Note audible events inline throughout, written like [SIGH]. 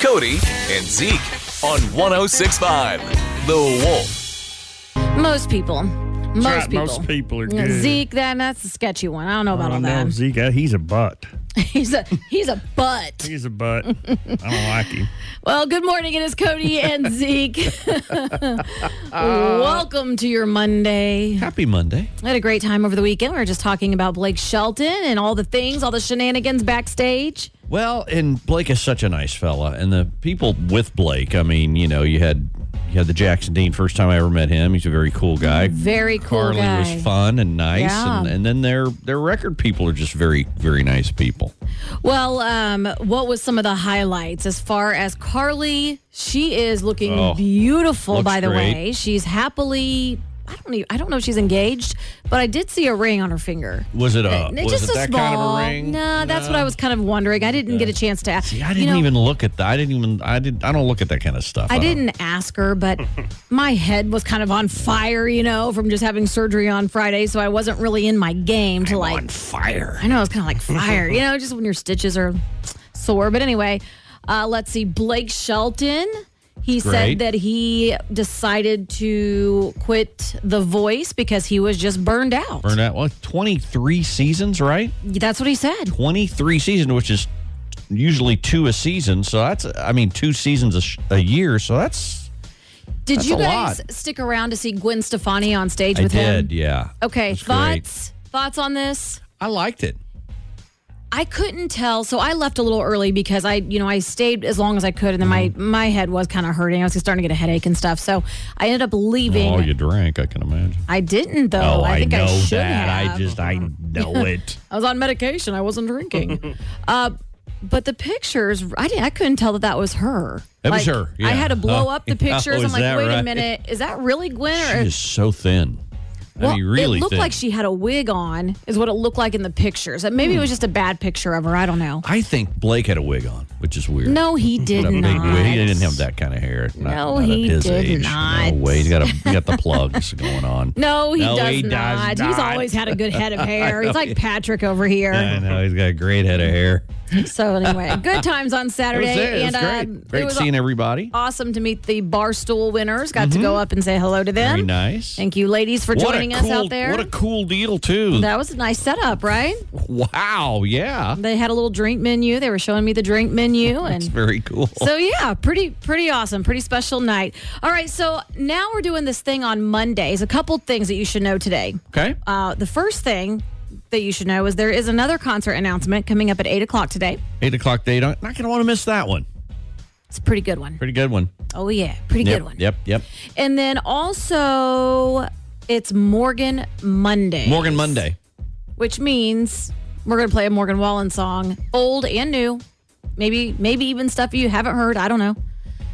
Cody, and Zeke on 1065 The Wolf. Most people. Most That's right, people. most people are Yeah, good. Zeke, that, that's a sketchy one. I don't know I about all don't know, that. [LAUGHS] Zeke, uh, he's a butt. He's a he's a butt. He's a [LAUGHS] butt. I don't like him. Well, good morning. It is [LAUGHS] Cody and Zeke. Uh, Welcome to your Monday. Happy Monday. I had a great time over the weekend. We were just talking about Blake Shelton and all the things, all the shenanigans backstage. Well, and Blake is such a nice fella, and the people with Blake. I mean, you know, you had you had the Jackson Dean first time I ever met him. He's a very cool guy. Very cool Carly guy. was fun and nice, Yeah. and, and then their their record people are just very very nice people. Well, um, what was some of the highlights as far as Carly? She is looking Oh, beautiful, looks by the great. way. She's happily. I don't. Even, I don't know if she's engaged, but I did see a ring on her finger. Was it a Uh, was just it a that small. kind of a ring? No, that's what I was kind of wondering. I didn't get a chance to ask. I didn't even look at that. I didn't even I did I don't look at that kind of stuff. I don't- didn't ask her, [LAUGHS] but my head was kind of on fire, you know, from just having surgery on Friday, so I wasn't really in my game to like fire. I know it's kind of like [LAUGHS] fire, you know, just when your stitches are sore. But anyway, uh, let's see. Blake Shelton, he said Great. that he decided to quit The Voice because he was just burned out. Burned out. Well, twenty three seasons, right? That's what he said. 23 season, which is usually two a season. So that's, I mean, two seasons a, sh- a year. So that's, Did That's you a guys lot. stick around to see Gwen Stefani on stage I with did, him? yeah. Okay, It was great. thoughts? Thoughts on this? I liked it. I couldn't tell, so I left a little early because I, you know, I stayed as long as I could, and then Mm-hmm. my my head was kind of hurting. I was starting to get a headache and stuff, so I ended up leaving. Oh, you drank, I can imagine. I didn't though. Oh, I, I think know I should that. have. I just, I [LAUGHS] know it. I was on medication. I wasn't [LAUGHS] drinking. uh, but the pictures, I didn't. I couldn't tell that that was her. That like, was her, yeah. I had to blow [LAUGHS] Oh, up the yeah. pictures. Oh, I'm is like, that wait a right? minute, is that really Gwen? She Or is so thin. I mean, really it looked thin. like she had a wig on. Is what it looked like in the pictures. And Hmm. Maybe it was just a bad picture of her. I don't know. I think Blake had a wig on, which is weird. No, he did With a big not. wig. He didn't have that kind of hair. Not, No, not he at his did age. not. No way. He's got, a, he got the plugs [LAUGHS] going on. No, he, No, does, he does not. He's not. always had a good head of hair. [LAUGHS] He's like Patrick over here. I know. He's got a great head of hair. So anyway, good times on It was Saturday, it. It and was great. um, great it was seeing everybody. awesome to meet the barstool winners. Got to go up and say hello to them. Very nice. Thank you, ladies, for What a joining us cool- out there. What a cool deal, too. that was a nice setup, right? wow, yeah. They had a little drink menu. They were showing me the drink [LAUGHS] menu, It's and very cool. so yeah, pretty pretty awesome, pretty special night. All right, so now we're doing this thing on Mondays. A couple things that you should know today. okay. Uh, the first thing that you should know is there is another concert announcement coming up at eight o'clock today. Eight o'clock date. Not going to want to miss that one. It's a pretty good one. Pretty good one. Oh yeah, pretty yep, good one. Yep, yep. And then also, it's Morgan Monday. Morgan Monday. Which means we're going to play a Morgan Wallen song, old and new. Maybe, maybe even stuff you haven't heard. I don't know.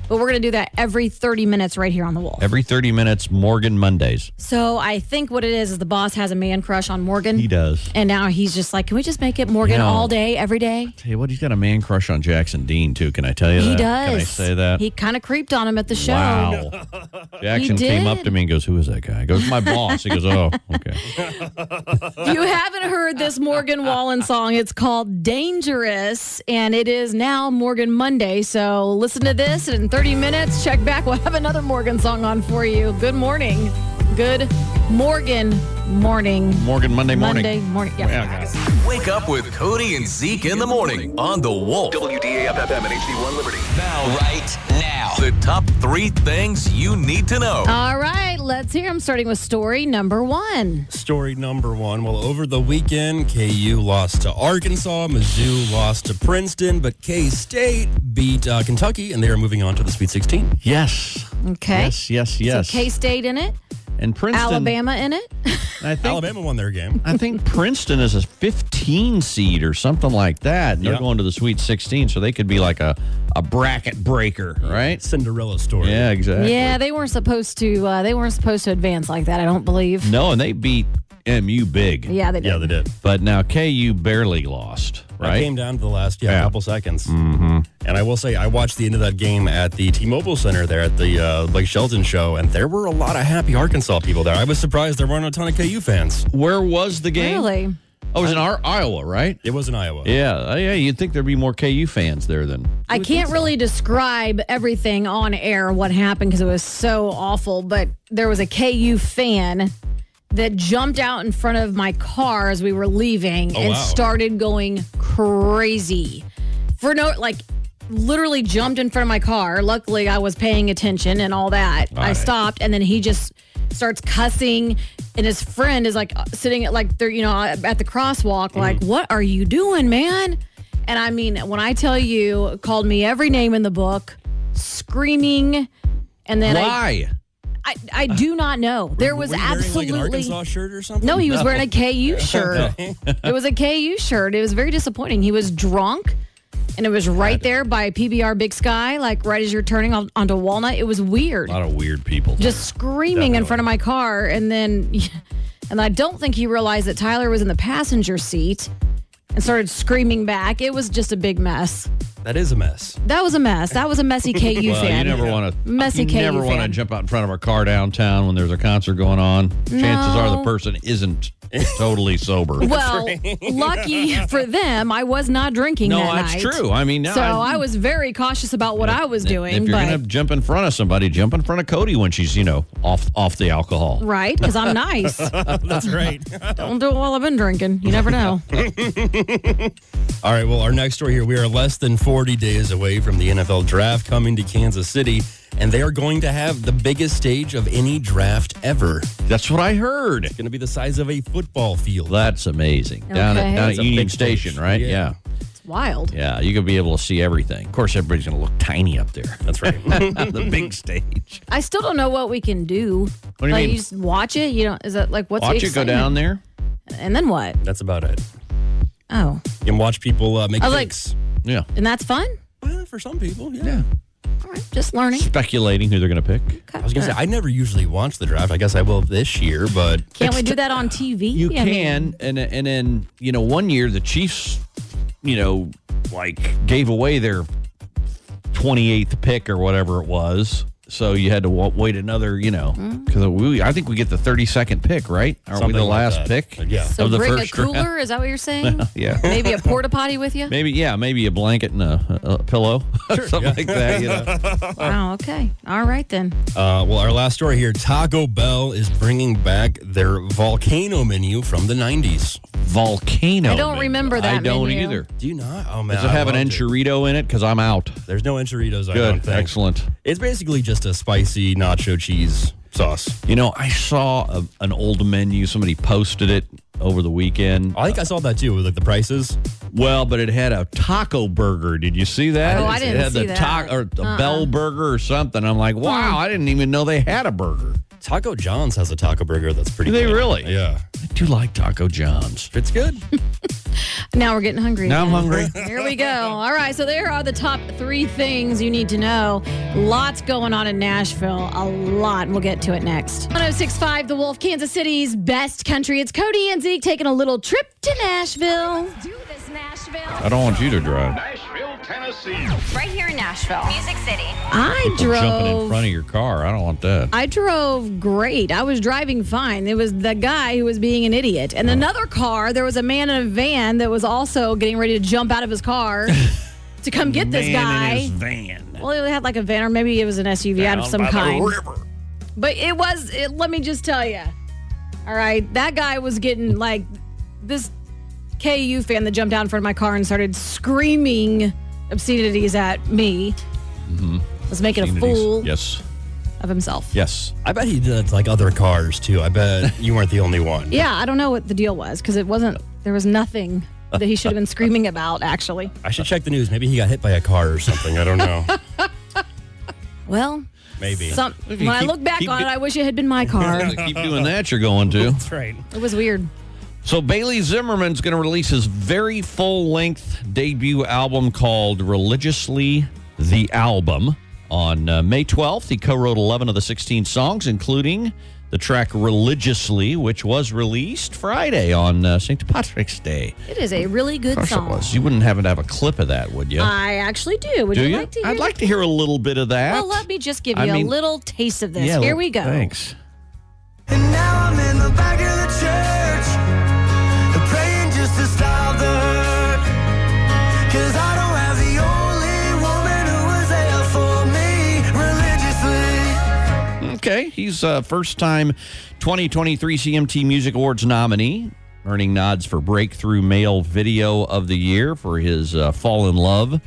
But we're going to do that every 30 minutes right here on The Wolf. Every 30 minutes, Morgan Mondays. So I think what it is is the boss has a man crush on Morgan. He does. And now he's just like, can we just make it Morgan Yeah. all day, every day? Tell you what, he's got a man crush on Jackson Dean, too. Can I tell you He that? does. Uh, Can I say that? He kind of creeped on him at the show. Wow. [LAUGHS] Jackson He came up did. to me and goes, Who is that guy? I goes, My boss. He [LAUGHS] goes, Oh, okay. If you haven't heard this [LAUGHS] Morgan Wallen song, it's called Dangerous, and it is now Morgan Monday. So listen to this, and in 30 minutes, check back. We'll have another Morgan song on for you. Good morning. Good Morgan morning. Morgan Monday morning. Monday morning. Yeah. Yeah, guys. Wake up with Cody and Zeke in the morning on The Wolf. WDAFFM and HD1 Liberty. Now, right now. The top three things you need to know. All right, let's hear. I'm starting with story number one. Story number one. Well, over the weekend, KU lost to Arkansas, Mizzou lost to Princeton, but K State beat uh, Kentucky, and they are moving on to the Sweet 16. Yes. Okay. Yes, yes, yes. K State in it, and Princeton. Alabama in it. I think Alabama won their game. I [LAUGHS] think Princeton is a 15 seed or something like that. And Yeah. They're going to the Sweet 16, so they could be like a, a bracket breaker, right? Cinderella story. Yeah, exactly. yeah, they weren't supposed to. Uh, they weren't supposed to advance like that. I don't believe. No, and they beat MU big. Yeah, they did. Yeah, they did. But now KU barely lost, I right? came down to the last yeah, Yeah. Mm-hmm. couple seconds. And I will say, I watched the end of that game at the T-Mobile Center there at the uh, Blake Shelton show, and there were a lot of happy Arkansas people there. I was surprised there weren't a ton of KU fans. Where was the game? Really? Oh, it was in our Iowa, right? It was in Iowa. Yeah, uh, yeah. You'd think there'd be more KU fans there than I can't really describe everything on air what happened because it was so awful, but there was a KU fan that jumped out in front of my car as we were leaving Oh, and wow. started going crazy. For no like literally jumped in front of my car. Luckily I was paying attention and all that. I right. stopped and then he just starts cussing and his friend is like sitting at like they're you know at the crosswalk Mm-hmm. like what are you doing man and i mean when i tell you called me every name in the book screaming and then I, why? I i do not know there Were was you wearing, like an absolutely Arkansas shirt or something. no he was wearing a [LAUGHS] ku shirt it was a ku shirt it was very disappointing he was drunk and it was right there by pbr big sky like right as you're turning on, onto walnut it was weird A lot of weird people. just screaming in front of my car and then [LAUGHS] and I don't think he realized that Tyler was in the passenger seat and started screaming back. It was just a big mess. That is a mess. That was a mess. That was a messy KU [LAUGHS] well, fan. Oh, you never want to Messy You KU never want to fan. jump out in front of a car downtown when there's a concert going on. Chances are No. the person isn't [LAUGHS] totally sober. well, [LAUGHS] lucky for them, I was not drinking no, that that's night. true. I mean, now So I- I, was very cautious about what I was doing, If you're but gonna jump in front of somebody, jump in front of Cody when she's you know off off the alcohol. right because I'm [LAUGHS] nice. That's [LAUGHS] right. don't do it while I've been drinking. You never [LAUGHS] know. All right, well, our next story here we are less than 40 days away from the NFL draft coming to Kansas City, and they are going to have the biggest stage of any draft ever. It's That's what I heard. going to be the size of a football field. That's amazing. Down Okay. at down at It's a Union big stage. Station, right? Yeah. Yeah. It's wild. yeah, You're gonna be able to see everything. Of course, everybody's gonna look tiny up there. That's [LAUGHS] right. [LAUGHS] the big stage. I still don't know what we can do. What do you like, mean? You just watch it. You don't. Is that like what's the Watch it go down excitement? there. and then what? That's about it. Oh, You can watch people uh, make I like- picks. Yeah. and that's fun. Well, for some people, yeah. All right, just learning. Speculating who they're gonna pick. I was going to say, I never usually watch the draft. I guess I will this year, but Can't we do that on TV? You I mean, can, and and then you know, one year the Chiefs, you know, like gave away their twenty eighth pick or whatever it was. So you had to wa- wait another, you know, Mm. because we I think we get the thirty second pick, right? Are Something we the like last that. Uh, pick? Yeah. so of the bring first a round. cooler. Is that what you're [LAUGHS] saying? Yeah. Maybe a porta potty with you? Maybe yeah, maybe a blanket and a, a pillow, [LAUGHS] something like that. You [LAUGHS] know, Wow. Okay. All right then. Uh, well, our last story here Taco Bell is bringing back their volcano menu from the 90s. volcano. I don't remember I that don't menu. either. Do you not? Oh, man. Does it I have an loved it. enchilada in it? Because I'm out. There's no enchiladas, I don't Good, think. excellent. It's basically just a spicy nacho cheese sauce. You know, I saw a, an old menu. Somebody posted it over the weekend. I think I saw that too with like the prices. Well, but it had a taco burger. Did you see that? Oh, I didn't It had see the that. Uh-uh. Hmm. taco or the bell burger or something. I'm like, wow, I didn't even know they had a burger. Taco John's has a taco burger that's pretty Do they good. really? Yeah. I do like Taco John's. It's good. Now we're getting hungry. Now I'm again. hungry. [LAUGHS] Here we go. All right. So there are the top three things you need to know. Lots going on in Nashville. A lot. and We'll get to it next. 1065 The Wolf, Kansas City's best country. It's Cody and Zeke taking a little trip to Nashville. Do this, Nashville. I don't want you to drive. Right here in Nashville. Music City. I Jumping in drove. front of your car. I don't want that. I drove great. I was driving fine. It was the guy who was being an idiot. And another car, there was a man in a van that was also getting ready to jump out of his car [LAUGHS] to come get this guy. van. Well, they had like a van, or maybe it was an SUV out of some kind. But it was. It, let me just tell you. All right, that guy was getting like this KU fan that jumped out in front of my car and started screaming obscenities at me. Mm-hmm. Was making a fool Yes. of himself. Yes. I bet he did that to like other cars too. [LAUGHS] I bet you weren't the only one. Yeah, I don't know what the deal was because it wasn't. There was nothing that he should have been screaming about. Actually, I should check the news. Maybe he got hit by a car or something. I [LAUGHS] don't know. well, Maybe. some, If when you I keep- look back keep on it- it, I wish it had [LAUGHS] been my car. Keep doing that. You're going to. That's right. it was weird. So Bailey Zimmerman's going to release his very full-length debut album called "Religiously the Album" on uh, May 12th. He co-wrote 11 of the 16 songs, including the track "Religiously," which was released Friday on uh, St. Patrick's Day. It is a really good Of course song. it was. You wouldn't happen to have a clip of that, would you? I actually do. Would Do you, Uh, you? like to hear? I'd like to hear a little bit of that. Well, let me just give you I mean- a little taste of this. Yeah, Here we go. Thanks. And now I'm in the back of the church, praying just Okay, he's uh, a first-time 2023 CMT Music Awards nominee, earning nods for Breakthrough Male Video of the Year for his uh, "Fall in Love"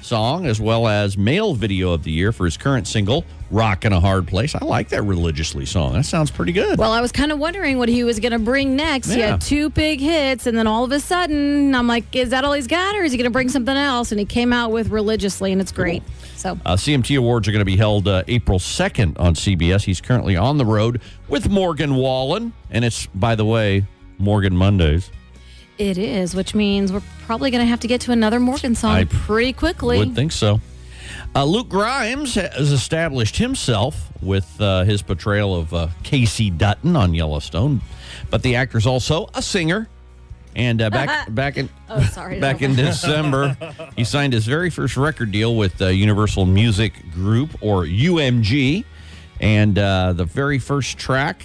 song, as well as Male Video of the Year for his current single "Rock in a Hard Place." I like that religiously song. That sounds pretty good. Well, I was kind of wondering what he was going to bring next. He Yeah. had two big hits, and then all of a sudden, I'm like, is that all he's got, or is he going to bring something else? And he came out with Religiously, and it's great. So, Uh, CMT Awards are going to be held uh, April 2nd on CBS. He's currently on the road with Morgan Wallen. And it's, by the way, Morgan Mondays. It is, which means we're probably going to have to get to another Morgan song I pretty quickly. Would think so. Uh, Luke Grimes has established himself with uh, his portrayal of uh, Casey Dutton on Yellowstone, but the actor's also a singer. And uh, [LAUGHS] back back in Oh, sorry. back in December, he signed his very first record deal with uh, Universal Music Group or UMG, and uh, the very first track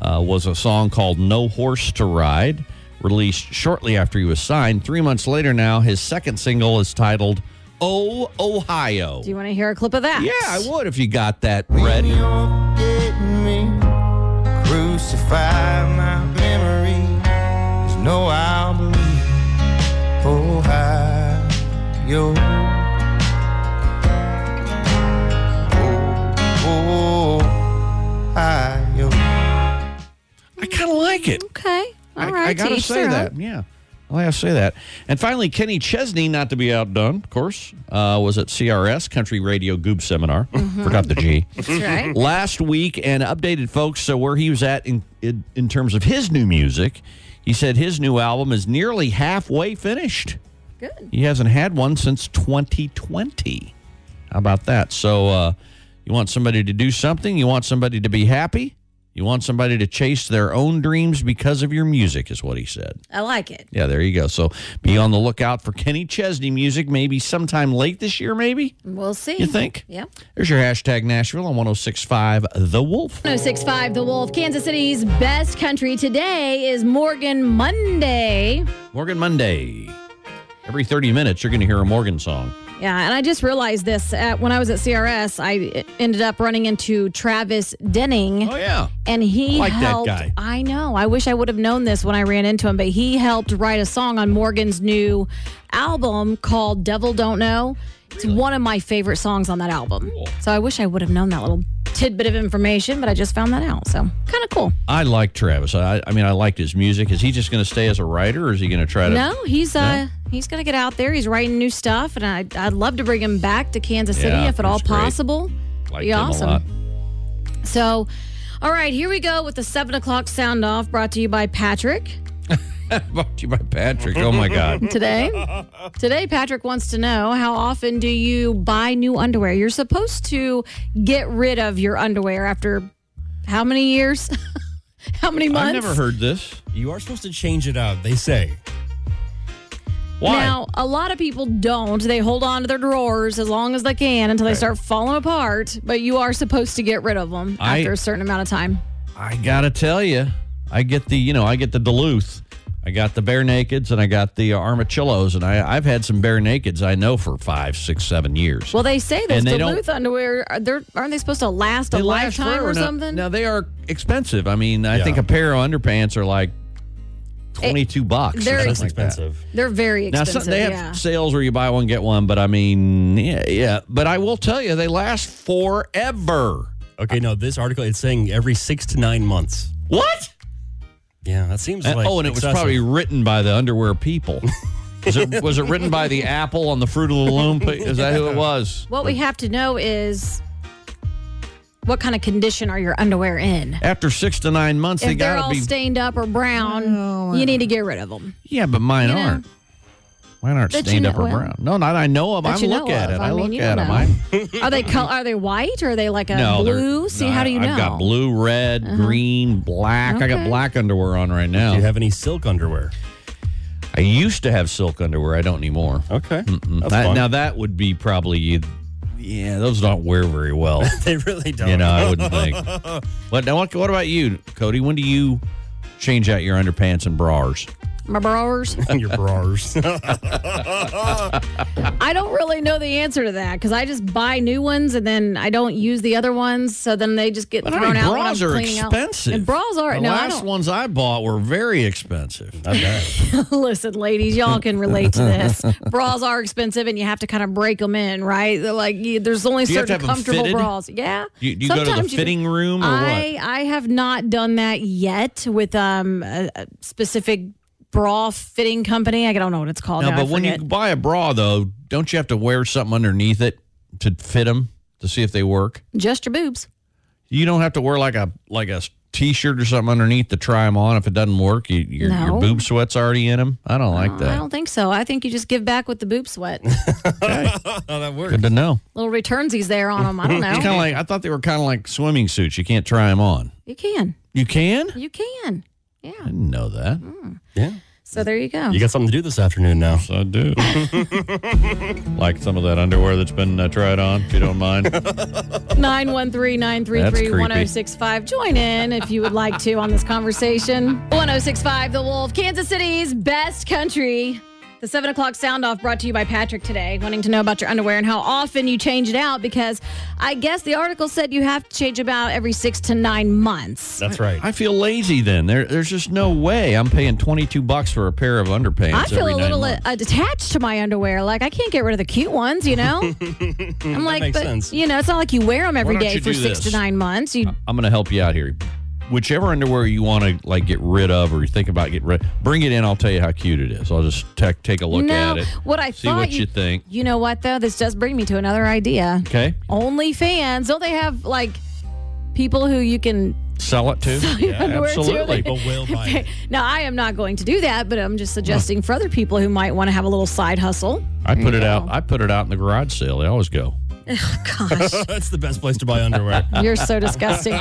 uh, was a song called "No Horse to Ride," released shortly after he was signed. Three months later, now his second single is titled "Oh Ohio." Do you want to hear a clip of that? Yeah, I would if you got that ready. Crucify my memory. There's no I'll believe. Ohio. Oh, Ohio. I kind of like it. Okay. All I, right. I gotta to each say their own. that. Yeah, Oh, I gotta say that. And finally, Kenny Chesney, not to be outdone, of course, uh, was at CRS Country Radio Goob Seminar. Forgot the G That's [LAUGHS] right. last week and updated folks so where he was at in, in in terms of his new music. He said his new album is nearly halfway finished. Good. He hasn't had one since 2020. How about that? So, uh, you want somebody to do something? You want somebody to be happy? You want somebody to chase their own dreams because of your music, is what he said. I like it. Yeah, there you go. So be on the lookout for Kenny Chesney music, maybe sometime late this year, maybe? We'll see. You think? Mm-hmm. Yeah. There's your hashtag Nashville on 1065 The Wolf. 1065 The Wolf, Kansas City's best country. Today is Morgan Monday. Morgan Monday. Every 30 minutes, you're going to hear a Morgan song. Yeah, and I just realized this at, when I was at CRS. I ended up running into Travis Denning, Oh, yeah. and he like that helped. guy. I know. I wish I would have known this when I ran into him, but he helped write a song on Morgan's new album called "Devil Don't Know." It's one of my favorite songs on that album. So I wish I would have known that little tidbit of information, but I just found that out. So kind of cool. I like Travis. I, I mean, I liked his music. Is he just going to stay as a writer or is he going to try to? No, he's uh he's gonna get out there. He's writing new stuff, and I I'd love to bring him back to Kansas City Yeah, if at all he's great. possible. Liked Be him awesome. a lot. [LAUGHS] So, all right, here we go with the seven o'clock sound off brought to you by Patrick. Brought to you by Patrick. Oh, [LAUGHS] my God. [LAUGHS] Today, today Patrick wants to know how often do you buy new underwear? You're supposed to get rid of your underwear after how many years? [LAUGHS] how many months? I've never heard this. You are supposed to change it up, they say. Why? Now, a lot of people don't. They hold on to their drawers as long as they can until they start falling apart, but you are supposed to get rid of them I- after a certain amount of time. I got to tell you, I get the, you know, I get the Duluth. I got the bare nakeds and I got the armachillos. And I, I've had some bare nakeds I know for five, six, seven years. Well, they say those And they don't- Duluth underwear are they aren't they supposed to last a They last lifetime forever. or Now- something? Now, they are expensive. I mean, I Yeah. think a pair of underpants are like twenty-two bucks. they're or Very That's something like that. expensive. They're very Now, expensive. some, they have yeah. sales where you buy one get one, but I mean, yeah, yeah. But I will tell you, they last forever. Okay, no, this article it's saying every six to nine months. What? Yeah, that seems And- like Uh, oh, and it excessive. was probably written by the underwear [LAUGHS] people. was, it, was it written by the apple on the Fruit of the [LAUGHS] Loom? pa- Is that who it was? What we have to know is what kind of condition are your underwear in? After six to nine months, they If they're gotta all be. Oh, stained up or brown, you need to get rid of them. yeah, but mine you know. aren't. Mine aren't That you stained know- up or well, brown. No, not I know them. I that you look know at of. it. I I, mean, look you at don't them. know. I, Are they color? Are they white? Or are they like a they're- blue? See, no, how do you know? Uh-huh. I've got blue, red, green, black. I got Okay. black underwear on right Do you now. have any silk underwear? I used to have silk underwear. I don't anymore. Okay. That's That- fine. now that would be probably, yeah, those don't wear very well. [LAUGHS] [LAUGHS] they really don't. you know, I wouldn't think. But now, what, what about you, Cody? When do you change out your underpants and bras? my brawlers? [LAUGHS] Your bras. I don't really know the answer to that because I just buy new ones and then I don't use the other ones, so then they just get But I thrown mean, out. when bras I'm are cleaning out. expensive. And bras are The no. I last don't, ones I bought were very expensive. [LAUGHS] Listen, ladies, y'all can relate to [LAUGHS] this. bras are expensive, and you have to kind of break them in, right? They're like you, there's only Do you have to certain have 'em comfortable fitted? bras. Yeah. Do you, do you go to the Sometimes you- fitting room or I I have not done that yet with um a, a specific bra fitting company. I don't know what it's called. what? No, now, I but when you forget. buy a bra, though, don't you have to wear something underneath it to fit them to see if they work? just your boobs. You don't have to wear like a like a t-shirt or something underneath to try them on. If it doesn't work, you, your, No. your boob sweat's already in them. I don't like I that. don't think so. I think you just give back with the boob sweat. Good to know. Little returnsies there on them. I don't It's kind know. of like I thought they were kind of like swimming suits. You can't try them on. You can. You can? You can. I didn't know that. yeah. So there you go. You got something to do this afternoon now. I do. [LAUGHS] like some of that underwear that's been uh, tried on, if you don't mind. 913-933-1065. Join in if you would like to on this conversation. 1065 The Wolf, Kansas City's best country. The 7 o'clock sound off brought to you by Patrick today, wanting to know about your underwear and how often you change it out because I guess the article said you have to change about every six to nine months. That's right. I feel lazy then. There, there's just no way I'm paying 22 bucks for a pair of underpants. I feel every a nine little uh, months. attached to my underwear. Like I can't get rid of the cute ones, you [LAUGHS] know. I'm like, makes but sense. you know, it's not like you wear them every don't day you for do six this? Uh, to nine months. You I'm going to help you out here. Whichever underwear you want to like get rid of or you think about getting rid, bring it in. I'll tell you how cute it is. I'll just tech take a look no. at it. What I see thought what you, think. You know what though? This does bring me to another idea. Okay, Only fans, don't they have like people who you can? [LAUGHS] sell it too. your underwear too. absolutely. People will buy it. Now I am not going to do that, but I'm just suggesting for other people who might want to have a little side hustle. [LAUGHS] I put it out. I put it out in the garage sale. They always go. [LAUGHS] That's the best place to buy underwear. You're so disgusting. [LAUGHS]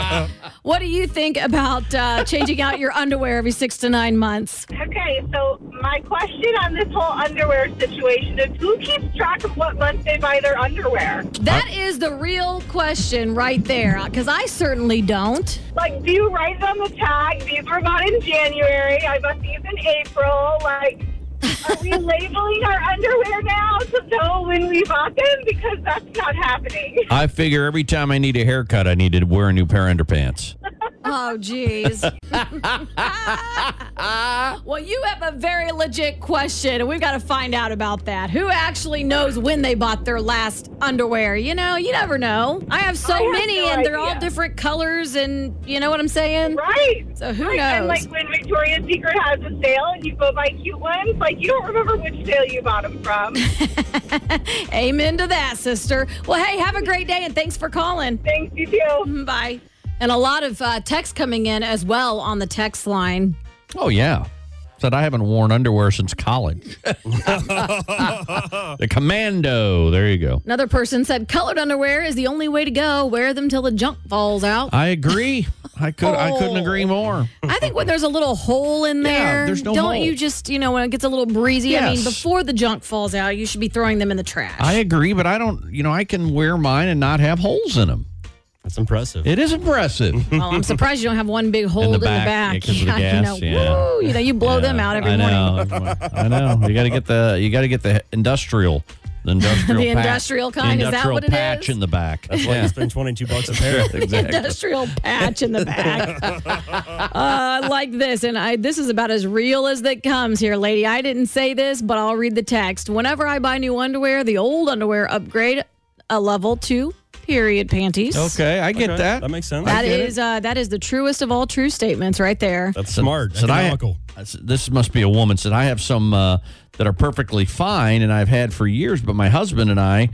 what do you think about uh, changing out your underwear every six to nine months? Okay, so my question on this whole underwear situation is who keeps track of what month they buy their underwear? That is the real question right there, because I certainly don't. Like, do you write on the tag? These were bought in January. I bought these in April. Like, are [LAUGHS] we labeling our underwear now to know when we bought them? Because that's not happening. I figure every time I need a haircut, I need to wear a new pair of underpants. Oh, [LAUGHS] geez. well, you have a very legit question, and we've got to find out about that. Who actually knows when they bought their last underwear? You know, you never know. I have so I have many, no and they're idea. all different colors, and you know what I'm saying? Right. So who like, And knows? like when Victoria's Secret has a sale and you go buy cute ones, like you don't remember which sale you bought them [LAUGHS] from. Amen to that, sister. Well, hey, have a great day, and thanks for calling. Thanks, you too. Bye. And a lot of uh, texts coming in as well on the text line. Oh yeah. Said I haven't worn underwear since college. the commando. There you go. Another person said, colored underwear is the only way to go. Wear them till the junk falls out. I agree. I could I couldn't agree Oh. more. I think when there's a little hole in there, Yeah, there's no don't hole. you just, you know, when it gets a little breezy, I mean, Yes. before the junk falls out, you should be throwing them in the trash. I agree, but I don't, you know, I can wear mine and not have holes in them. That's impressive. It is impressive. [LAUGHS] well, [LAUGHS] I'm surprised you don't have one big hole in the back. yeah, [LAUGHS] 'cause of the you gas, know, yeah. woo, you know, you blow them out every I morning. know. [LAUGHS] I know. You got to get the you got to get the industrial [LAUGHS] the industrial The patch. industrial kind, the is that industrial what it patch is? in [LAUGHS] the back. That's Like, you spend [LAUGHS] 22 bucks a pair. industrial patch in the back. uh, like this, and I this is about as real as that comes here, lady. I didn't say this, but I'll read the text. Whenever I buy new underwear, the old underwear upgrade a level to period panties. Okay, I get Okay, that. That makes sense. That get is uh, that is the truest of all true statements right there. That's smart. Said I- Economical. I said, this must be a woman. Said I have some uh, that are perfectly fine, and I've had for years. But my husband and I,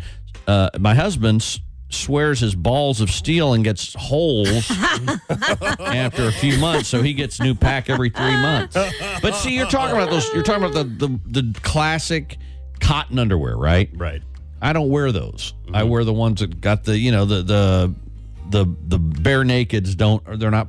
uh, my husband s- swears his balls of steel and gets [LAUGHS] holes after a few months, so he gets new pack every three months. But see, you're talking about those. You're talking about the the, the classic cotton underwear, right? Right. I don't wear those. Mm-hmm. I wear the ones that got the you know the the the the bare nakeds don't. Or they're not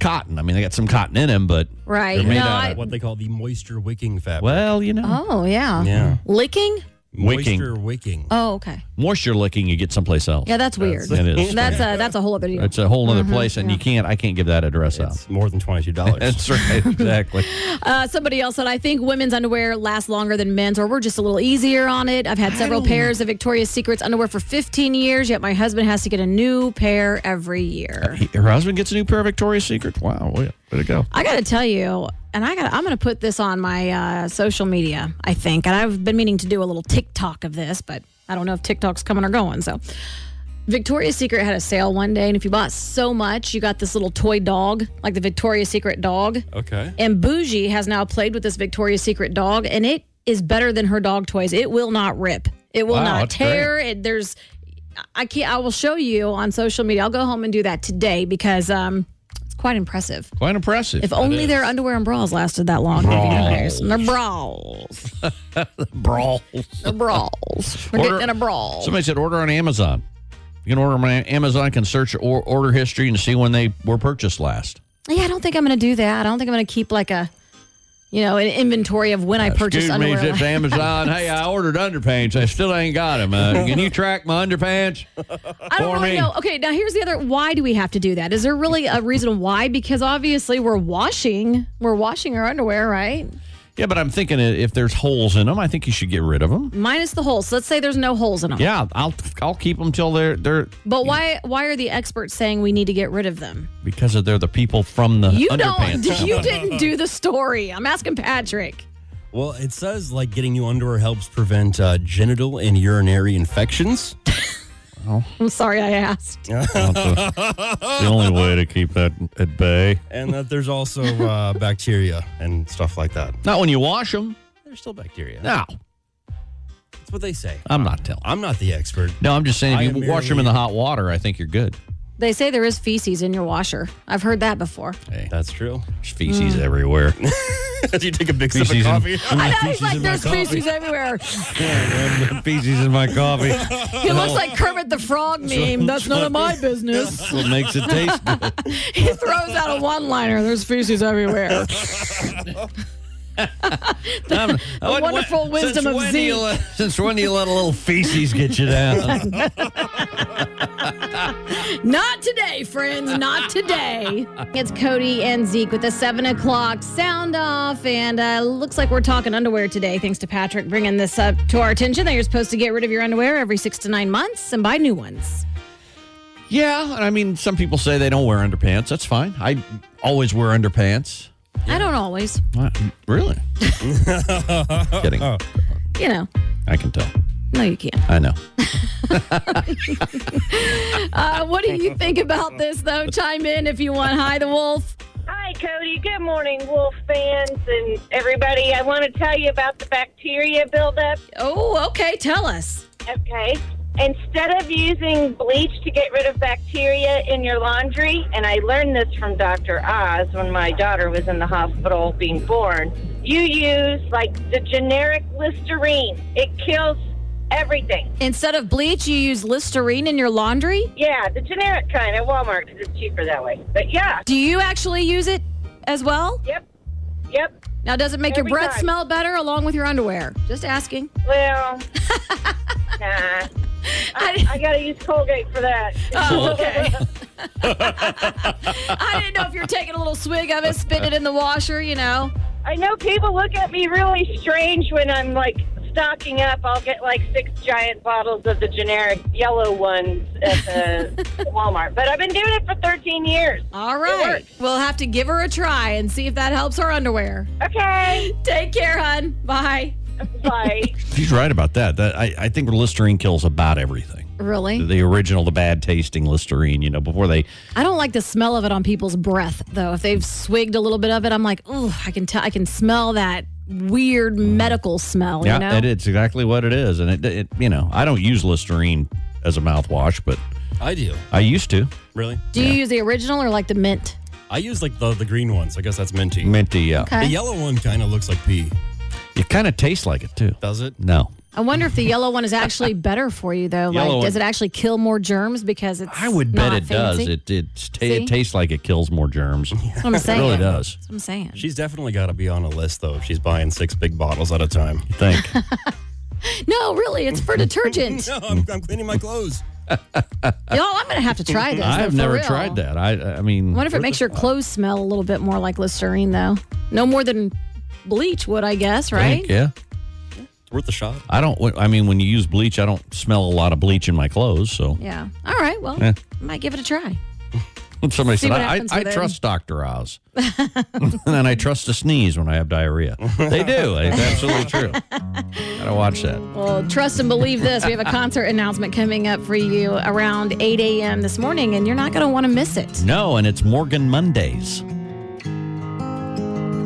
cotton. I mean, they got some cotton in them, but. Right? made No, Uh, out I, of- What they call the moisture wicking Uh-huh. fabric. Well, you know. oh yeah. Yeah. licking. Mm. Wicking. Uh, Moisture wicking. Oh, okay. Moisture licking, you get someplace else. Yeah, Mm-hmm. that's weird. It is. That's a that's a whole other deal. It's a whole other place, and you can't. I can't give that address out. It's more [LAUGHS] than $22. [LAUGHS] That's right. Exactly. Uh, somebody else said, I think women's underwear lasts longer than men's, or we're just a little easier on it. I've had several pairs of Victoria's Secrets underwear for 15 years, yet my husband has to get a new pair every year. He- Her husband gets a new pair of Victoria's Secret. Wow, way way to go. I got to tell you, and I got I'm going to put this on my uh, social media, I think, and I've been meaning to do a little TikTok of this, but I don't know if TikTok's coming or going. So, Victoria's Secret had a sale one day, and if you bought so much, you got this little toy dog, like the Victoria's Secret dog. okay. And Bougie has now played with this Victoria's Secret dog, and it is better than her dog toys. It will not rip. It will Wow, not that's great. tear. It, there's, I can't. I will show you on social media. I'll go home and do that today because um, it's quite impressive. Quite impressive. If only their underwear and bras lasted that long. They'd be embarrassed. They're brawls. brawl. They're brawls. We're Order- getting in a brawl. Somebody said order on Amazon. You can order on Amazon. Can search or order history and see when they were purchased last. yeah, I don't think I'm going to do that. I don't think I'm going to keep like a, you know, an inventory of when I purchased Excuse me, underwear. is [LAUGHS] this Amazon? hey, I ordered underpants. I still ain't got them. Uh, can you track my underpants? I don't For really me. know. Okay, now here's the other. Why do we have to do that? Is there really a reason why? Because obviously we're washing, we're washing our underwear, right? Yeah, but I'm thinking i- if there's holes in them, I think you should get rid of them. Minus the holes. Let's say there's no holes in them. Yeah, I'll I'll keep them till they're they're But why? Why are the experts saying we need to get rid of them? because of they're the people from the You underpants. don't. [LAUGHS] [LAUGHS] You didn't do the story. I'm asking Patrick. Well, it says like getting new underwear helps prevent uh, genital and urinary infections. I'm sorry I asked. the [LAUGHS] only way to keep that at bay. and that there's also uh, [LAUGHS] bacteria and stuff like that. Not when you wash them. There's still bacteria. No, That's what they say. I'm not telling. I'm not the expert. No, I'm just saying I if am you wash them in the hot water, I think you're good. They say there is feces in your washer. I've heard that before. Hey, That's true. there's feces [LAUGHS] everywhere. [LAUGHS] you take a big sip Preseason. of coffee. I know he's feces like in my there's coffee. feces [LAUGHS] everywhere. feces in my coffee. That's He looks like Kermit the Frog meme. That's none of [LAUGHS] my business. what makes it taste good. [LAUGHS] He throws out a one liner. There's feces [LAUGHS] everywhere. I'm- I wouldn't- wonderful since wisdom of when do you Zeke. let- since when do you let a little feces get you down? Not today, friends. Not today. [LAUGHS] It's Cody and Zeke with the seven o'clock sound off. And uh, looks like we're talking underwear today, thanks to Patrick bringing this up to our attention that you're supposed to get rid of your underwear every six to nine months and buy new ones. [LAUGHS] yeah, I mean, some people say they don't wear underpants. That's fine. I always wear underpants. I don't always, What? [LAUGHS] Really? Kidding. you know. I can tell. No, you can't. I know. Uh, what do you think about this, though? Chime in if you want. Hi, the wolf. Hi, Cody. Good morning, Wolf fans and everybody. I want to tell you about the bacteria buildup. Oh, okay. Tell us. Okay. Instead of using bleach to get rid of bacteria in your laundry, and I learned this from Dr. Oz when my daughter was in the hospital being born, you use like the generic Listerine. It kills everything. Instead of bleach, you use Listerine in your laundry? Yeah, the generic kind at Walmart 'cause it's cheaper that way. But yeah, Do you actually use it as well? yep, yep. Now, does it make Every your breath time. smell better along with your underwear? Just asking. [LAUGHS] Well, nah. I, I gotta use Colgate for that. Oh, okay. I didn't know if you're taking a little swig of it, spitting it in the washer, you know. [LAUGHS] I know people look at me really strange when I'm like stocking up. I'll get like six giant bottles of the generic yellow ones [LAUGHS] at the Walmart. But I've been doing it for 13 years. All right. We'll have to give her a try and see if that helps her underwear. Okay. Take care, hun. Bye. Bye. She's right about that. That I, I think Listerine kills about everything. Really? The original, the bad tasting Listerine, you know, before they I don't like the smell of it on people's breath, though. If they've swigged a little bit of it, I'm like, ooh, I can tell, I can smell that weird medical smell. Yeah, you know? it- it's exactly what it is. And it, it, you know, I don't use Listerine as a mouthwash, but I do. I used to. Really? Do you use the original or like the mint? I use like the, the green ones. I guess that's minty. Minty, yeah. The yellow one kind of looks like pee. uh, It kind of tastes like it, too. Does it? No. I wonder if the yellow one is [LAUGHS] actually better for you, though. Yellow like, does one. it actually kill more germs because it's? I would bet not it fancy? does. It it, ta See? it tastes like it kills more germs. That's what I'm [LAUGHS] It saying. really does. That's what I'm saying. [LAUGHS] She's definitely got to be on a list though if she's buying six big bottles at a time. Think. No, really, it's for [LAUGHS] detergent. [LAUGHS] no, I'm, I'm cleaning my clothes. Y'all, I'm going to have to try this. though, I've for never real. tried that. I I mean, I wonder if it makes your clothes smell a little bit more like Listerine, though. No more than bleach would, I guess, right? Think, yeah. It's worth a shot. I don't. I mean, when you use bleach, I don't smell a lot of bleach in my clothes. So Yeah. All right. Well, I might give it a try. [LAUGHS] somebody See said, what "I, happens I with it." trust Doctor Oz," [LAUGHS] and I trust to sneeze when I have diarrhea. They do. It's absolutely true. Gotta watch that. Well, trust and believe this. We have a concert announcement coming up for you around 8 a.m. this morning, and you're not going to want to miss it. No, and it's Morgan Mondays.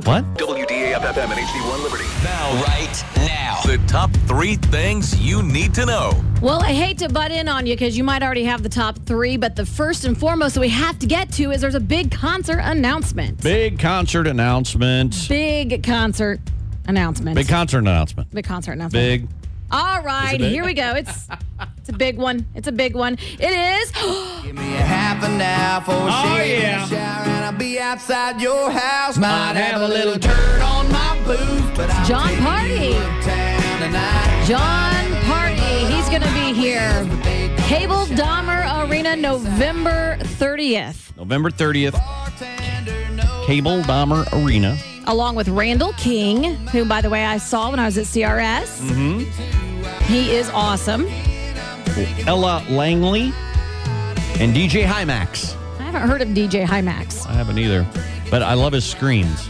What? WDAF FM and HD1 Liberty. Now, right now. The top three things you need to know. Well, I hate to butt in on you because you might already have the top three, but the first and foremost that we have to get to is there's a big concert announcement. Big concert announcement. Big concert announcement. Big concert announcement. Big concert announcement. Big. All right, here we go. It's it's a big one. It's a big one. It is. [GASPS] Give me a half an hour for a Oh, shave and yeah. a shower, and I'll be outside your house. Might have have a a little little dirt on my boots, but I'll John take you Party. uptown tonight. John Party. He's going to be here. Cable Dahmer Arena, November 30th, November 30th, Bartender knows Cable Dahmer Arena. along with Randall King, who, by the way, I saw when I was at CRS. Mm-hmm. He is awesome. Ella Langley and DJ Hymax. I haven't heard of DJ Hymax. I haven't either, but I love his screams.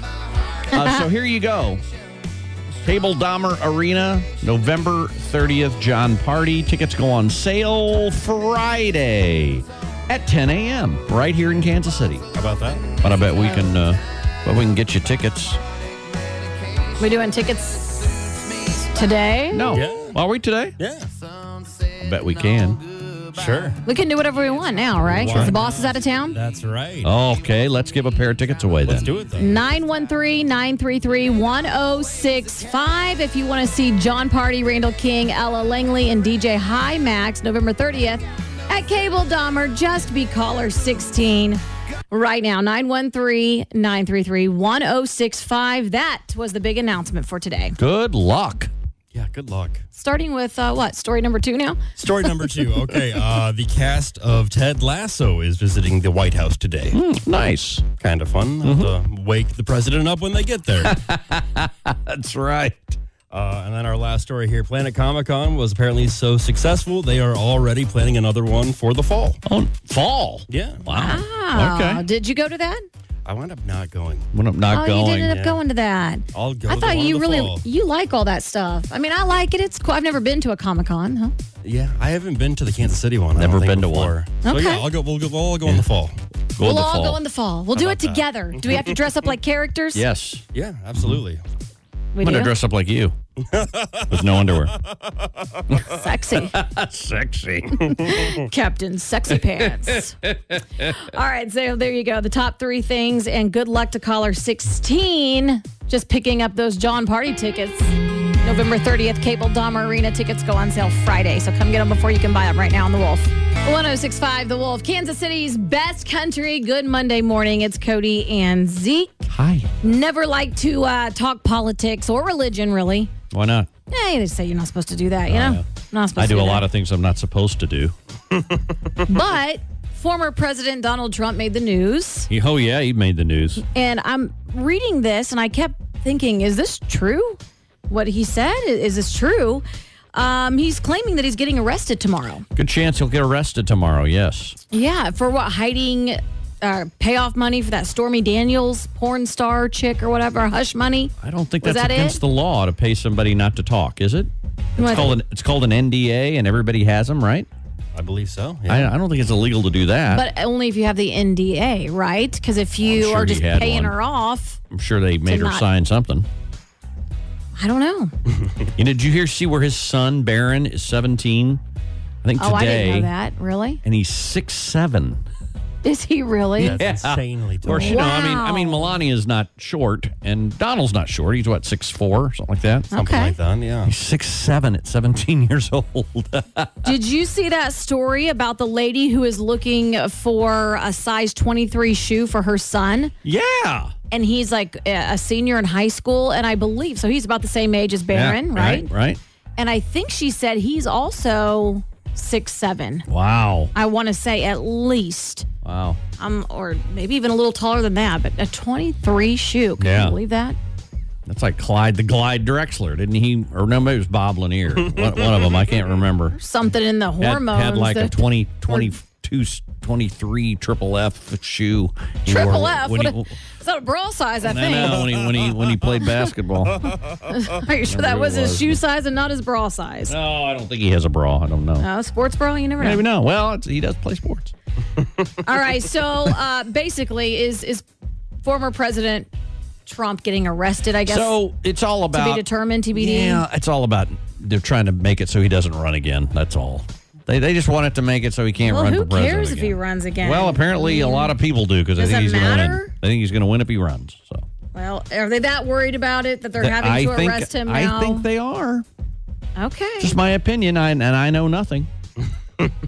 Uh, so here you go. Cable Dahmer Arena, November 30th, John Party. Tickets go on sale Friday at 10 a.m. right here in Kansas City. How about that? But I bet we can, uh, but we can get you tickets. We doing tickets today? No, Yeah. are we today? Yeah, I bet we can. sure. We can do whatever we want now, right? 'Cause the boss is out of town. That's right. Okay, let's give a pair of tickets away Let's then. do it though. 913-933-1065 if you want to see John Party, Randall King, Ella Langley, and DJ High Max November 30th at Cable Dahmer. Just be caller 16 right now. 913-933-1065. That was the big announcement for today. Good [LAUGHS] luck. Yeah, good luck. Starting with uh, what? Story number two now? Story number two. Okay, uh, the cast of Ted Lasso is visiting the White House today. Hmm. Nice. Kind of fun. They'll Mm-hmm. have to wake the president up when they get [LAUGHS] there. That's right. uh, and then our last story here: Planet Comic Con was apparently so successful they are already planning another one for the fall. Oh, fall. Yeah, Wow. Oh, Okay. Did you go to that? I wound up not going. When I'm oh, not you going. did end up yeah. going to that. I'll go I to the thought one in you the really fall. you like all that stuff. I mean, I like it. It's cool. I've never been to a Comic Con, huh? Yeah, I haven't been to the Kansas City one. I Never don't think, been to one. before. So Okay. yeah, I'll go. We'll go. We'll all go in the fall. Go in we'll the all fall. go in the fall. We'll do it together. Do we have to dress up like characters? Yes. Yeah, absolutely. we I'm going do. to dress up like you with no [LAUGHS] underwear. [LAUGHS] sexy. Sexy. Captain Sexy [LAUGHS] Pants. all right, so there you go. The top three things, and good luck to caller 16. Just picking up those John Party tickets. November 30th, Cable Dahmer Arena tickets go on sale Friday. So come get them before you can buy them right now on The Wolf. 1065 The Wolf, Kansas City's best country. Good Monday morning. It's Cody and Zeke. Hi. Never like to uh, talk politics or religion, really. Why not? Hey, they Eh, say you're not supposed to do that, you know? Not supposed Oh, I to do a that. lot of things I'm not supposed to do. But former President Donald Trump made the news, He- Oh, yeah, he made the news. and I'm reading this, and I kept thinking, is this true? What he said I- is this true? Um, he's claiming that he's getting arrested tomorrow. Good chance he'll get arrested tomorrow, yes. Yeah, for what hiding uh, payoff money for that Stormy Daniels porn star chick or whatever hush money. I don't think Was that's that against it? the law to pay somebody not to talk, is it? It's What? called, an, it's called an NDA, and everybody has them, right? I believe so. Yeah. I, I don't think it's illegal to do that. But only if you have the NDA, right? Because if you sure are he just had paying one. her off, I'm sure they made her not- sign something. I don't know. You know, did you hear see where his son Baron is 17? I think today, Oh, I didn't know that. Really? [LAUGHS] and he's six seven. Is he really? That's insanely Or tall. you know, I mean, I Wow. mean, Melania's not short, and Donald's not short. He's what six four, something like that. Something Okay. like that. Yeah. He's six seven at 17 [LAUGHS] years old. [LAUGHS] Did you see that story about the lady who is looking for a size 23 shoe for her son? yeah, And he's like a a senior in high school, and I believe so. He's about the same age as Baron, Yeah, right? Right. And I think she said he's also six seven. Wow. I want to say at least. Wow. Um, or maybe even a little taller than that, but a 23 shoe. Can Yeah. you believe that? That's like Clyde the Glide Drexler, didn't he? Or no, maybe it was [LAUGHS] Bob Lanier. one, one of them. I can't remember. Something in the Had- hormones. Had, like a that- 20, 22, 23 triple F shoe. he wore triple F. when What he- a, is that a bra size, I I think? know, when he, when he, when he played [LAUGHS] basketball. Are you sure that Remember was it his was. shoe size and not his bra size? No, I don't think he has a bra. I don't know. Uh, sports bra, you never know. Maybe not. Well, it's, he does play sports. All right, so uh, basically, is is former President Trump getting arrested? I guess So it's all to be about determined, TBD. Yeah, it's all about they're trying to make it so he doesn't run again. That's all. They, they just wanted to make it so he can't Well, run who for president. cares if again. he runs again? Well, apparently a lot of people do because they Does think it he's going to win. matter? They think he's going to win if he runs. So Well, are they that worried about it that they're Th- having I to think, arrest him now? I think they are. okay. Just my opinion, I, and I know nothing.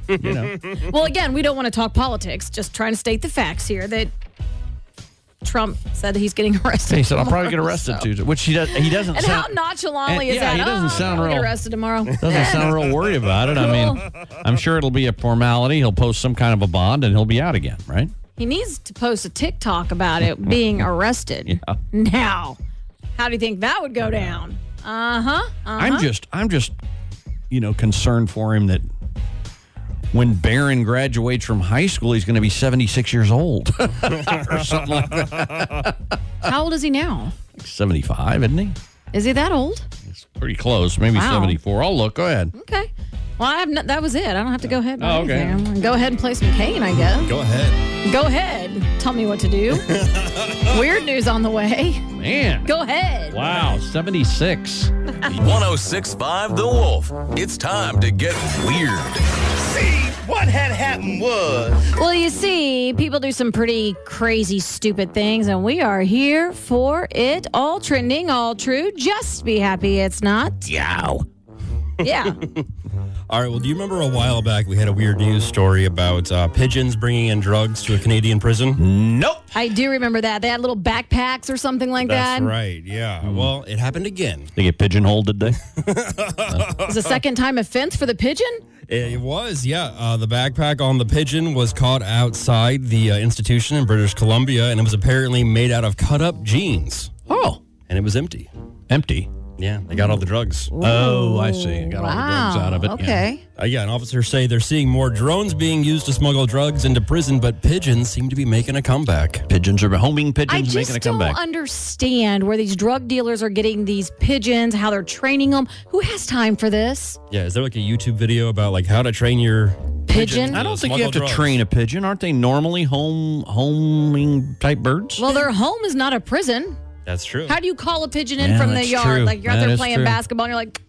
you know, well, again, we don't want to talk politics. Just trying to state the facts here that Trump said he's getting [LAUGHS] arrested. he said I'll probably get tomorrow, arrested [LAUGHS] so. Tuesday, which he does. He doesn't. And sound, how nonchalantly And- is yeah, that? he doesn't oh, sound I'll get real- arrested tomorrow. [LAUGHS] Doesn't sound real worried about it. I [LAUGHS] mean, I'm sure it'll be a formality. He'll post some kind of a bond and he'll be out again, right? He needs to post a TikTok about [LAUGHS] it being arrested. Now, how do you think that would go down? Uh huh. I'm just, I'm just, you know, concerned for him that when Barron graduates from high school, he's going to be 76 years old [LAUGHS] or something like that. How old is he now? 75, isn't he? Is he that old? It's pretty close, maybe Wow. 74. I'll look. Go ahead. Okay. Well, I have no, that was it. I don't have to go ahead. And Oh, okay. okay. I'm gonna go ahead and play some Kane, I guess. Go ahead. Go ahead. Tell me what to [LAUGHS] do. Weird news on the way. Man. Go ahead. Wow, 76. 1065 The Wolf. It's time to get weird. What had happened was. Well, you see, people do some pretty crazy, stupid things, and we are here for it. All trending, all true. Just be happy it's not. Yo. Yeah. All right. Well, do you remember a while back we had a weird news story about uh, pigeons bringing in drugs to a Canadian prison? Nope. I do remember that. They had little backpacks or something like That's that. right. Yeah. Mm. Well, it happened again. They get pigeonholed, did they? It was a second time offense for the pigeon. It was, yeah. Uh, the backpack on the pigeon was caught outside the uh, institution in British Columbia, and it was apparently made out of cut up jeans, Oh, and it was empty. empty. Yeah, they got all the drugs. Oh, I see. I got all the drugs Wow. out of it. yeah. Ah, Okay. Uh, yeah, and officers say they're seeing more drones being used to smuggle drugs into prison, but pigeons seem to be making a comeback. Pigeons are homing I pigeons making a just don't comeback. understand where these drug dealers are getting these pigeons, how they're training them. Who has time for this? Yeah, is there like a YouTube video about like how to train your Pigeon? I don't think you Smuggle have to drugs. train a pigeon. Aren't they normally home homing type birds? Well, their home is not a prison. That's true. How do you call a pigeon in Yeah, from the that's yard? true. Like you're out That there is playing true. basketball and you're like,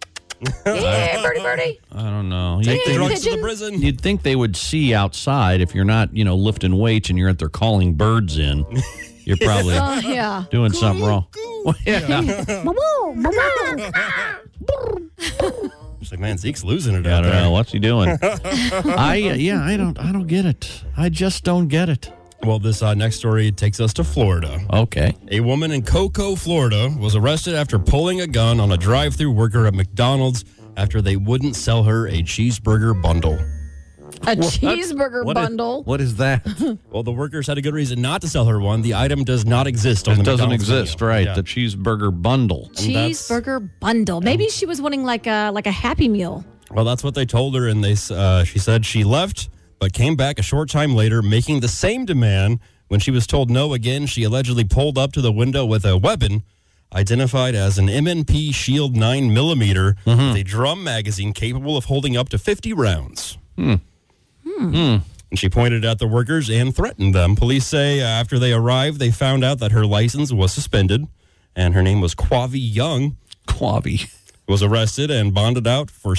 yeah, birdie, [LAUGHS] birdie. I don't know. You'd Take the think, drugs to pigeon? the prison? you'd think they would see outside if you're not, you know, lifting weights and you're out there calling birds in. You're probably Oh, [LAUGHS] yeah. doing something wrong. [LAUGHS] Well, yeah. It's like, man, Zeke's losing it I out don't there. know what's he doing. I uh, yeah, I don't, I don't get it. I just don't get it. Well, this uh, next story takes us to Florida. Okay. A woman in Cocoa, Florida was arrested after pulling a gun on a drive through worker at McDonald's after they wouldn't sell her a cheeseburger bundle. A cheeseburger What is- bundle. what is that? Well, the workers had a good reason not to sell her one. The item does not exist on It the doesn't McDonald's exist, menu. right? Yeah. The cheeseburger bundle. that's- cheeseburger bundle. Maybe she was wanting like a like a happy meal. well, that's what they told her, and they s- uh, she said she left, but came back a short time later, making the same demand. When she was told no again, she allegedly pulled up to the window with a weapon identified as an M&P Shield 9 millimeter, with a drum magazine capable of holding up to 50 rounds. And she pointed at the workers and threatened them. Police say uh, after they arrived, they found out that her license was suspended, and her name was Quavi Young. Quavi. was arrested and bonded out for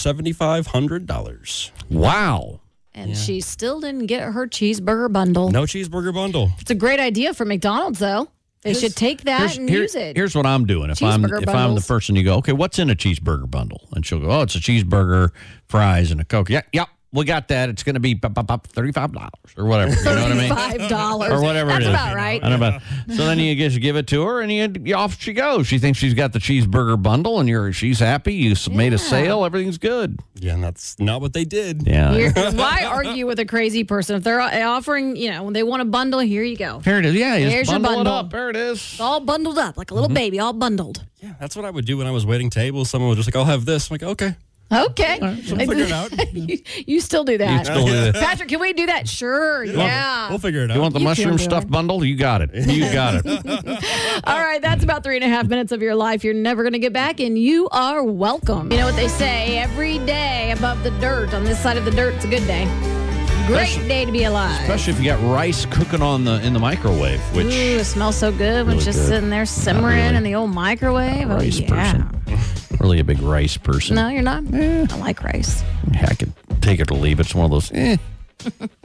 $7,500. Wow. And she still didn't get her cheeseburger bundle. No cheeseburger bundle. It's a great idea for McDonald's though. They should take that and here- use it. Here's what I'm doing. If I'm Cheeseburger if I'm the bundles. person you go, okay, what's in a cheeseburger bundle? And she'll go, oh, it's a cheeseburger, fries, and a coke. Yeah, yep. we got that. It's going to be bop, bop, bop, $35 or whatever. You know what [LAUGHS] I mean? Five dollars Or whatever That's it is. about right. I don't know about- so then you just give it to her and you, you- off she goes. She thinks she's got the cheeseburger bundle and you're she's happy. You s- made a sale. Everything's good. Yeah, and that's not what they did. Yeah. You're- Why argue with a crazy person if they're uh, offering? You know, when they want a bundle, here you go. Here it is. Yeah, you just Here's your bundle, bundle. it up. There it is. All bundled up like a Mm-hmm. little baby, all bundled. Yeah, that's what I would do when I was waiting tables. Someone was just like, I'll have this. I'm like, okay. Okay. So we'll figure it [LAUGHS] out. you, you still do that. still [LAUGHS] do that. Patrick, can we do that? Sure. Yeah. We'll figure it out. You want the You can mushroom do stuffed it. bundle? You got it. You got [LAUGHS] it. Oh, All right, that's about three and a half minutes of your life you're never going to get back, and you are welcome. You know what they say every day above the dirt, on this side of the dirt, it's a good day. Great Especially- day to be alive. Especially if you got rice cooking on the in the microwave, which Ooh, it smells so good when it's Really just good. sitting there simmering really. in the old microwave. Oh, rice yeah. person. really a big rice person. No, you're not. I like rice. Heck, it- take it or leave it. It's one of those. Eh,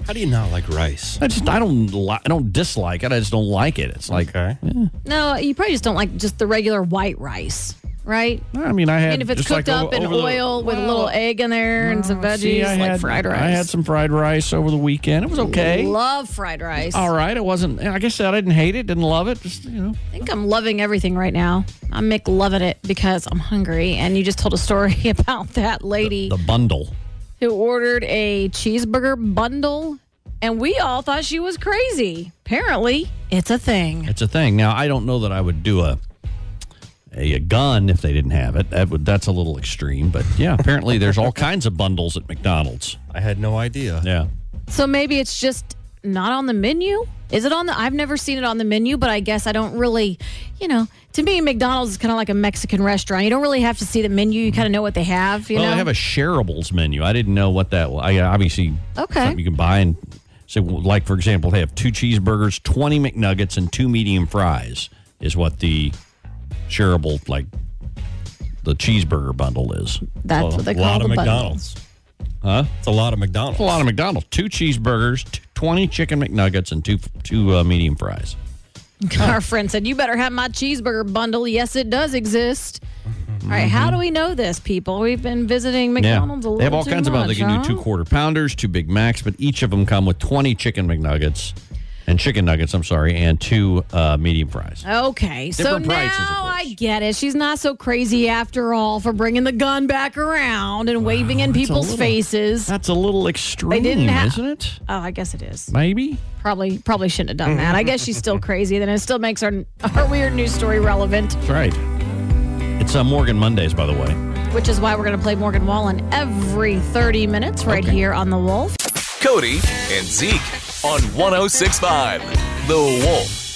How do you not like rice? I just I don't li- I don't dislike it. I just don't like it. It's like eh, Okay. No, you probably just don't like just the regular white rice, right? I mean I had And if it's just cooked like up over- in over the- oil with a little egg in there and some veggies, See, I like had- fried rice. I had some fried rice over the weekend. It was okay. Love fried rice. All right. It wasn't. eh, Like I said, I didn't hate it. Didn't love it. Just you know. I think I'm loving everything right now. I'm Mick loving it because I'm hungry. And you just told a story [LAUGHS] about that lady The bundle. who ordered a cheeseburger bundle, and we all thought she was crazy. Apparently, it's a thing. It's a thing. Now I don't know that I would do a a, a gun if they didn't have it. That would that's a little extreme, but yeah, apparently [LAUGHS] there's all kinds of bundles at McDonald's. I had no idea. Yeah. So maybe it's just not on the menu. Is it on the? I've never seen it on the menu, but I guess I don't really, you know. To me, McDonald's is kind of like a Mexican restaurant. You don't really have to see the menu. You kind of know what they have. You well, know, they have a shareables menu. I didn't know what that was. I obviously Okay. something you can buy and say well, like for example, they have two cheeseburgers, 20 McNuggets and two medium fries is what the shareable like the cheeseburger bundle is. that's what A they call lot the of bundle. McDonald's. Huh? It's a lot of McDonald's. A lot of McDonald's, two cheeseburgers, t- 20 chicken McNuggets and two two uh, medium fries. [LAUGHS] Our friend said, You better have my cheeseburger bundle. Yes, it does exist. All right, how do we know this, people? We've been visiting McDonald's a little Mm-hmm. They have all too kinds of much, them. They can huh? do two quarter pounders, two Big Macs, but each of them come with 20 chicken McNuggets and chicken nuggets, I'm sorry, and two uh, medium fries. Okay, so Different now prices, of course. I get it. She's not so crazy after all for bringing the gun back around and waving in that's a people's little- faces. That's a little extreme, didn't have- isn't it? Oh, I guess it is. Maybe. Probably, probably shouldn't have done that. I guess she's [LAUGHS] still crazy. Then it still makes our our weird news story relevant, That's right. It's uh, Morgan Mondays, by the way. which is why we're going to play Morgan Wallen every thirty minutes right here on the Wolf. oh Cody and Zeke on 1065 The Wolf.